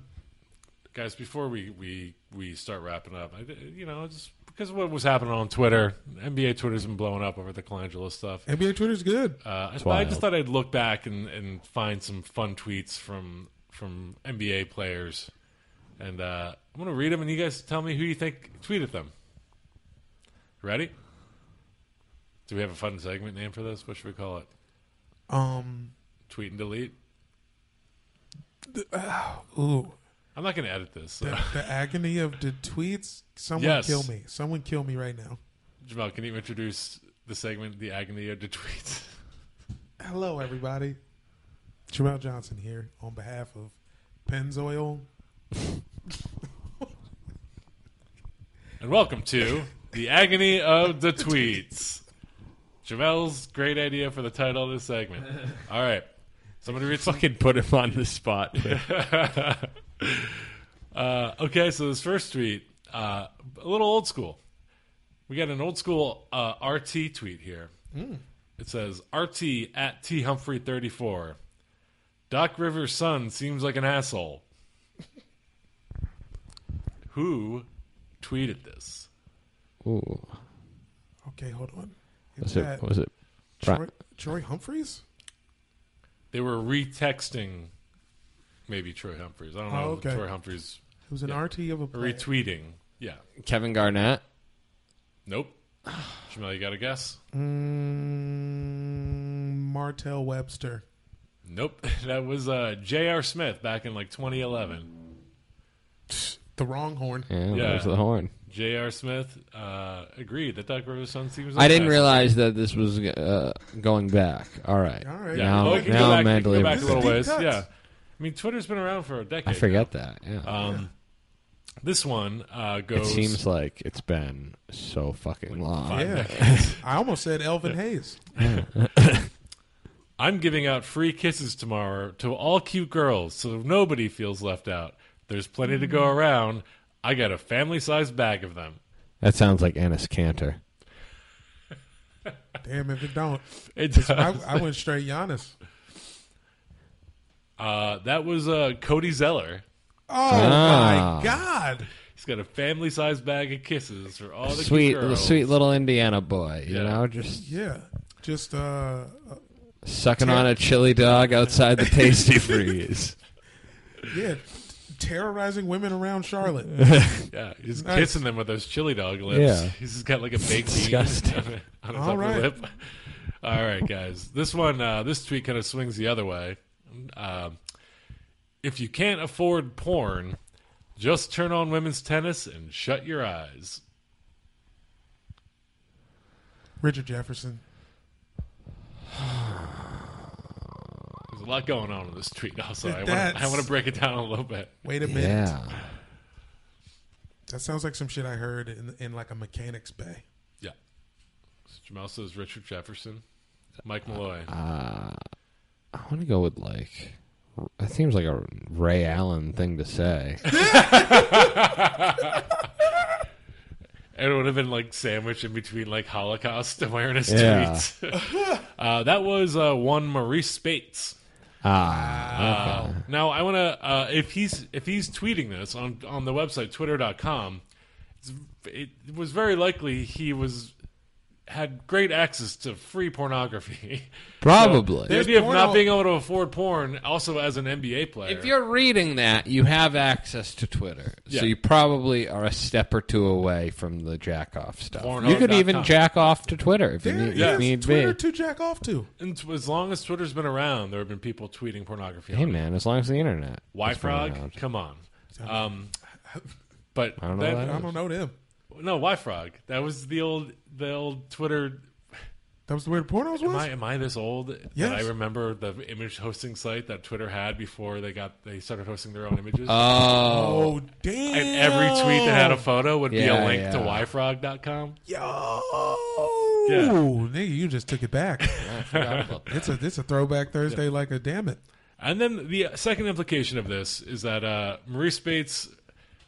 B: guys. Before we we we start wrapping up, I, you know, just because of what was happening on Twitter, NBA Twitter's been blowing up over the Colangelo stuff.
A: NBA Twitter's good.
B: Uh, I- but I
C: wild.
B: just thought I'd look back and, and find some fun tweets from from NBA players, and uh, I'm gonna read them, and you guys tell me who you think tweeted them. Ready? Do we have a fun segment name for this? What should we call it?
A: Um,
B: Tweet and delete.
A: ooh,
B: I'm not gonna edit this. So.
A: the, the agony of the tweets. Someone
B: Yes.
A: kill me. Someone kill me right now.
B: Jamal, can you introduce the segment "The Agony of the Tweets"?
A: Hello, everybody. Jamel Johnson here on behalf of Pennzoil.
B: And welcome to The Agony of the Tweets. Jamel's great idea for the title of this segment. All right. Somebody read some
C: Fucking put him on the spot.
B: Uh, okay, so this first tweet, uh, a little old school. We got an old school uh, RT tweet here.
A: Hmm.
B: It says RT at T Humphrey thirty four. Doc Rivers' son seems like an asshole. Who tweeted this?
C: Ooh,
A: Okay, hold on. Is
C: was it?
A: that
C: Was it?
A: Troy, Troy Humphreys?
B: They were retexting, maybe Troy Humphreys. I don't know
A: Oh,
B: if
A: okay.
B: Troy Humphreys
A: Who's an RT of a player.
B: retweeting. Yeah.
C: Kevin Garnett.
B: Nope. Jamel, you got a guess?
A: Mm, Martell Webster.
B: Nope. That was uh, J.R. Smith back in like 2011.
A: The wrong horn.
C: Yeah,
B: Yeah.
C: there's the horn.
B: J.R. Smith uh, agreed that Doc Rivers' son seems. Like
C: I didn't
B: that.
C: realize that this was uh, going back. All right.
A: All right.
B: Yeah.
C: Now,
B: Well, we can go
C: now
B: back-
C: I'm
B: we can
C: mentally
B: go back a little
C: retarded.
B: ways.
A: Deep cuts.
B: Yeah. I mean, Twitter's been around for a decade.
C: I forget that. Yeah.
B: Um, This one uh,
C: it
B: goes.
C: seems like it's been so fucking long.
A: Yeah. I almost said Elvin Hayes.
B: I'm giving out free kisses tomorrow to all cute girls, so nobody feels left out. There's plenty to
A: Mm.
B: go around. I got a family-sized bag of them.
C: That sounds like Ennis Cantor.
A: Damn if it don't.
B: It does.
A: I, I went straight Giannis.
B: Uh, that was uh, Cody Zeller.
A: Oh
C: Ah.
A: my God.
B: He's got a family-sized bag of kisses for all the cute
C: Sweet,
B: girls.
C: sweet little Indiana boy. You
B: Yeah.
C: know, just
A: Yeah. Just uh
C: sucking on a chili dog outside the tasty freeze.
A: yeah. Terrorizing women around Charlotte.
B: Yeah, he's
A: Nice.
B: kissing them with those chili dog lips.
C: Yeah.
B: He's just got like a baked bean on his
C: Disgusting.
B: upper
A: All right.
B: lip. All right, guys. This one, uh, this tweet kind of swings the other way. Um, if you can't afford porn, just turn on women's tennis and shut your eyes.
A: Richard Jefferson.
B: There's a lot going on in this tweet. Also, I want
A: That's-
B: to I want to break it down a little bit.
A: Wait a minute.
C: yeah.
A: That sounds like some shit I heard in, in like a mechanic's bay.
B: Yeah. So Jamal says Richard Jefferson, Mike Malloy.
C: I want to go with like. That seems like a Ray Allen thing to say.
B: And it would have been like sandwiched in between like Holocaust awareness
C: Yeah.
B: tweets. uh, that was uh, one Maurice Spates.
C: Ah,
B: Uh, Now I want to uh, if he's if he's tweeting this on on the website twitter.com, it's, it, was very likely he was had great access to free pornography.
C: probably.
B: the idea of
A: porno-
B: not being able to afford porn, also as an NBA player,
C: If you're reading that, you have access to Twitter,
B: Yeah.
C: so you probably are a step or two away from the jack off stuff.
B: Pornhub
C: You could
B: dot
C: even
B: com.
C: jack off to Twitter if you
A: There
C: need,
A: is
C: if need
A: Twitter
C: be.
A: to jack off to.
B: and t- as long as Twitter's been around, there have been people tweeting pornography.
C: Hey
B: on it.
C: man, as long as the internet.
B: Why
C: is running
B: Frog?
C: out.
B: Come on. Um, but
C: I don't know
B: that-
C: what
A: I don't know them.
B: no, Why Frog? That was the old the old Twitter.
A: That was the way the pornos
B: Am I
A: was?
B: am I this old?
A: Yes.
B: That I remember the image hosting site that Twitter had before they got they started hosting their own images.
A: Oh
C: Oh,
A: damn.
B: and every tweet that had a photo would be a
C: Yeah,
B: link to
C: yeah.
B: yfrog.com.
A: Yo
B: Yeah.
A: nigga, you just took it back. it's a it's a throwback Thursday like a damn it.
B: And then the second implication of this is that uh, Maurice Bates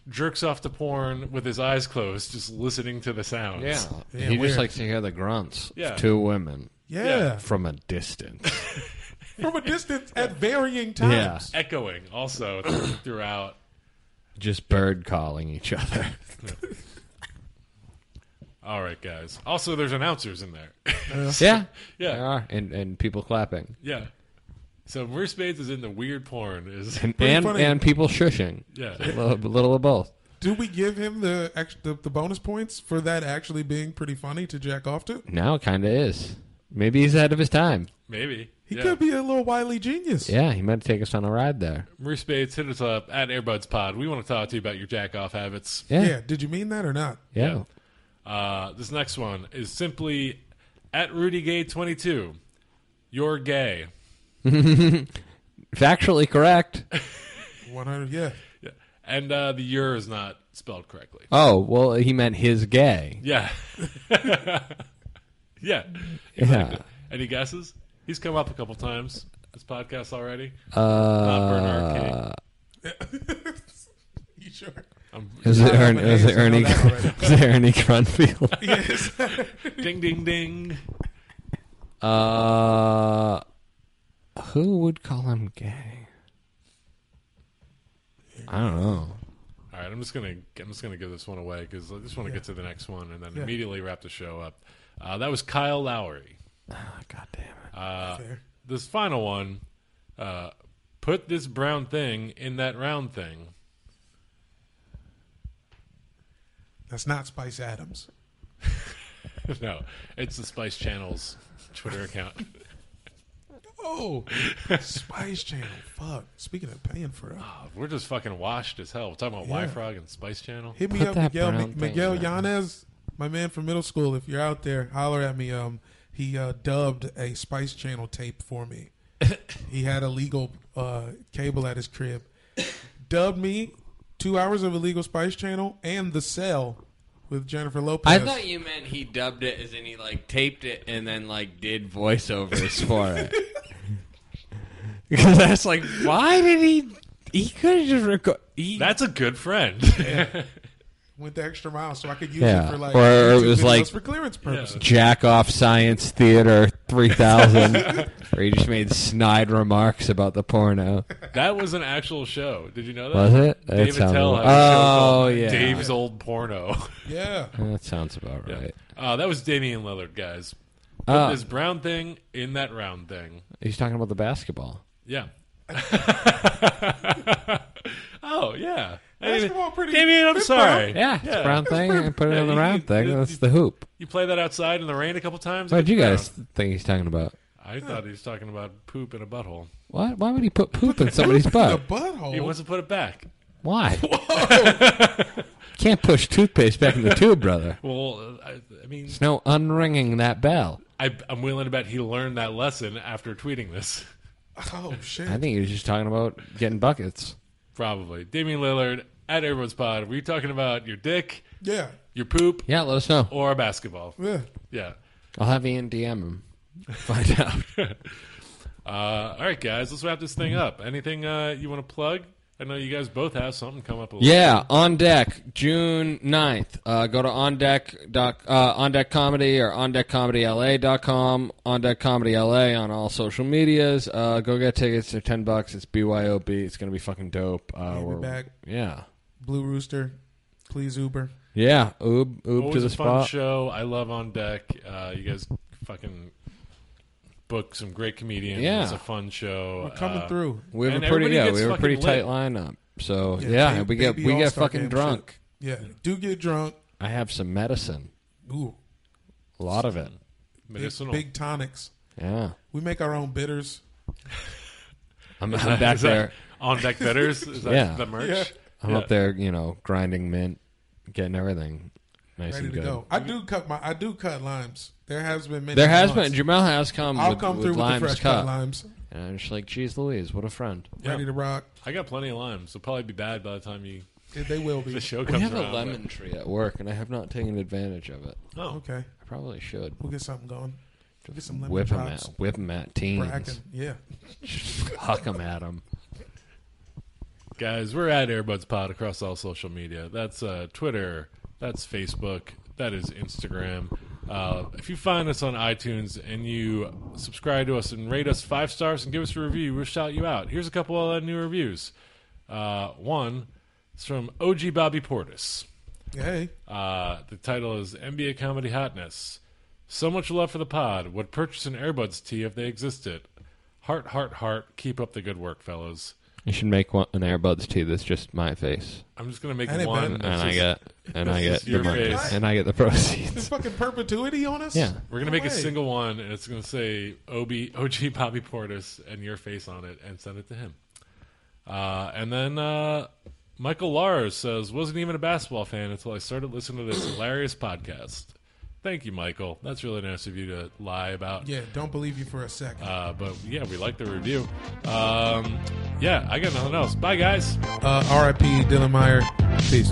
B: jerks off to porn with his eyes closed, just listening to the sounds.
C: yeah.
A: Yeah,
C: he
A: weird.
C: just likes to hear the grunts
B: Yeah.
C: of two women
A: Yeah.
C: from a distance.
A: From a distance at varying times.
B: Echoing also throughout.
C: just bird calling each other.
B: All right, guys. Also, there's announcers in there.
C: yeah,
B: Yeah.
C: There are. and and people clapping
B: yeah. So Maurice Bates is in the weird porn. Is
C: and
A: Pretty
C: and,
A: funny.
C: and people shushing.
B: Yeah.
C: a little, a little of both.
A: Do we give him the, ex- the the bonus points for that actually being pretty funny to jack off to?
C: Now it kind of is. Maybe he's ahead of his time.
B: maybe
A: He
B: yeah.
A: could be a little wily genius.
C: Yeah, he might take us on a ride there.
B: Maurice Bates hit us up at Airbuds Pod. We want to talk to you about your jack off habits.
C: Yeah.
A: Yeah, Did you mean that or not?
C: Yeah.
B: Uh, this next one is simply at Rudy Gay twenty two. You're gay.
C: Factually correct.
A: One hundred. Yeah.
B: Yeah. And uh, the "your" is not spelled correctly.
C: Oh, well, he meant his gay.
B: Yeah. yeah.
C: Yeah.
B: Any guesses? He's come up a couple times this podcast already.
C: Uh,
B: Not Bernard King.
A: sure.
C: Is
A: I
C: it,
A: don't
C: Ern-
A: know
C: is
A: names, I
C: it
A: know
C: Ernie?
A: that already.
C: Is it Ernie Grunfield?
A: Yes.
B: ding ding ding.
C: Uh, who would call him gay? I don't know.
B: All right, I'm just gonna I'm just gonna give this one away because I just want to get to the next one and then
A: Yeah.
B: immediately wrap the show up. Uh, that was Kyle Lowry.
C: Oh, God damn it.
A: Fair.
B: This final one, uh, put this brown thing in that round thing.
A: That's not Spice Adams.
B: no, it's the Spice Channel's Twitter account.
A: Oh, Spice Channel. Fuck. Speaking of paying for it,
B: Oh, we're just fucking washed as hell. We're talking about
A: Yeah.
B: Y Frog and Spice Channel.
A: hit me
C: Put
A: up,
C: that
A: Miguel.
C: brown
A: Mi- Miguel
C: thing in.
A: Yanez, my man from middle school. If you're out there, holler at me. Um, he uh, dubbed a Spice Channel tape for me. he had illegal uh, cable at his crib. Dubbed me two hours of illegal Spice Channel and The Cell with Jennifer Lopez.
C: I thought you meant he dubbed it as in he like taped it and then like did voiceovers for it. Because that's like, why did he? He could have just record. He,
B: That's a good friend.
A: went the extra mile so I could use
C: Yeah.
A: it for like
C: Or it
A: YouTube
C: was
A: videos
C: like-
A: for clearance purposes.
C: Jack Off Science Theater 3000, where he just made snide remarks about the porno.
B: that was an actual show. Did you know that?
C: Was it? That
B: David
C: sounds-
B: Tell had a show called
C: Oh, yeah.
B: Dave's Old Porno.
A: Yeah.
C: That sounds about right.
B: Uh, that was Damian Lillard, guys. Put
C: Ah.
B: this brown thing in that round thing.
C: He's talking about the basketball.
B: Yeah. oh yeah. I didn't-
A: Basketball pretty-
B: Damian, I'm
A: pretty
B: sorry.
C: Yeah, it's a brown thing and put it
B: Yeah,
C: on the
B: you-
C: round thing.
B: you-
C: That's the hoop.
B: You play that outside in the rain a couple times.
C: What did you
B: Yeah.
C: guys think he's talking about?
B: I thought he was talking about poop in a butthole.
C: What? Why would he put poop in somebody's
A: The
C: butt?
B: He
A: butthole.
B: wants to put it back.
C: Why? Can't push toothpaste back in the tube, brother.
B: Well, I, I mean,
C: There's no unringing that bell.
B: I, I'm willing to bet he learned that lesson after tweeting this.
A: Oh shit.
C: I think he was just talking about getting buckets.
B: Probably. Damian Lillard at Everyone's Pod. Were you talking about your dick,
A: Yeah.
B: your poop,
C: Yeah, let us know.
B: or basketball?
A: Yeah.
B: Yeah.
C: I'll have Ian DM him. Find out.
B: Uh, all right, guys, let's wrap this thing up. Anything uh, you want to plug? I know you guys both have something come up. A little.
C: Yeah, on deck, June 9th. Uh, go to on deck doc, uh, on deck comedy or on deck comedy la.com, on deck comedy la on all social medias. Uh, go get tickets. They're 10 bucks. It's BYOB. It's going to be fucking dope. Uh,
A: We'll
C: we're-
A: be back.
C: Yeah.
A: Blue Rooster. Please Uber.
C: Yeah. Oob, oob
B: Always
C: to the
B: a fun
C: spot.
B: show. I love on deck. Uh, you guys fucking book some great comedians.
C: Yeah.
B: It's a fun show.
A: We're coming
B: Uh,
A: through.
C: We have
B: And
C: a pretty,
B: everybody
C: yeah,
B: gets
C: we have a
B: fucking
C: pretty
B: lit.
C: tight lineup. So, yeah,
A: ba-
C: we get,
A: baby
C: we get
A: All-Star
C: fucking
A: game
C: drunk.
A: shit. Yeah. Do get drunk.
C: I have some medicine.
A: Ooh.
C: A lot of it.
A: Big,
B: Medicinal.
A: big tonics.
C: Yeah.
A: We make our own bitters.
C: I'm, I'm back
B: Is that
C: there.
B: on deck bitters. Is that
C: Yeah.
B: the merch?
C: I'm up there, you know, grinding mint, getting everything nice
A: Ready
C: and
A: to
C: good.
A: go. I do cut my I do cut limes. There has been many
C: There has
A: months.
C: been Jamel has come.
A: I'll
C: with,
A: come
C: with
A: through with the
C: limes
A: fresh
C: cut,
A: cut limes.
C: and I'm just like, geez, Louise, what a friend.
A: Ready to rock.
B: I got plenty of limes. They'll probably be bad by the time you
A: Yeah, They will be.
B: the show comes
C: We have a
B: around,
C: lemon tree at work, and I have not taken advantage of it.
B: but- Oh,
A: Okay.
C: I probably should.
A: We'll get something going. We'll get some lemon
C: Whip them at,
A: drops.
C: whip 'em at teens,
A: Bracken. Yeah.
C: huck them at them.
B: guys, we're at Airbuds Pod across all social media. That's uh, Twitter. That's Facebook. That is Instagram. Uh, if you find us on iTunes and you subscribe to us and rate us five stars and give us a review, we'll shout you out. Here's a couple of new reviews. Uh, one is from OG Bobby Portis.
A: Hey.
B: Uh, the title is NBA Comedy Hotness. So much love for the pod. Would purchase an Airbuds tee if they existed. Heart, heart, heart. Keep up the good work, fellas.
C: You should make one, an Airbuds tee that's just my face,
B: I'm just gonna make
A: Ain't it
B: one.
A: bad?
B: that's
C: and I
B: just-
C: get and I
B: This
C: get
B: is
C: the
B: your
C: money,
B: face.
C: and I get the
A: There's
C: proceeds.
A: fucking perpetuity on us?
C: Yeah.
B: We're gonna make
A: No
B: a
A: way.
B: single one, and it's gonna say OB, OG Bobby Portis and your face on it, and send it to him. Uh, and then uh, Michael Lars says, "Wasn't even a basketball fan until I started listening to this hilarious podcast." Thank you, Michael. That's really nice of you to lie about.
A: Yeah, don't believe you for a second.
B: Uh, but yeah, we like the review. Um, yeah, I got nothing else. Bye, guys.
A: Uh, RIP Dylan Meyer. Peace.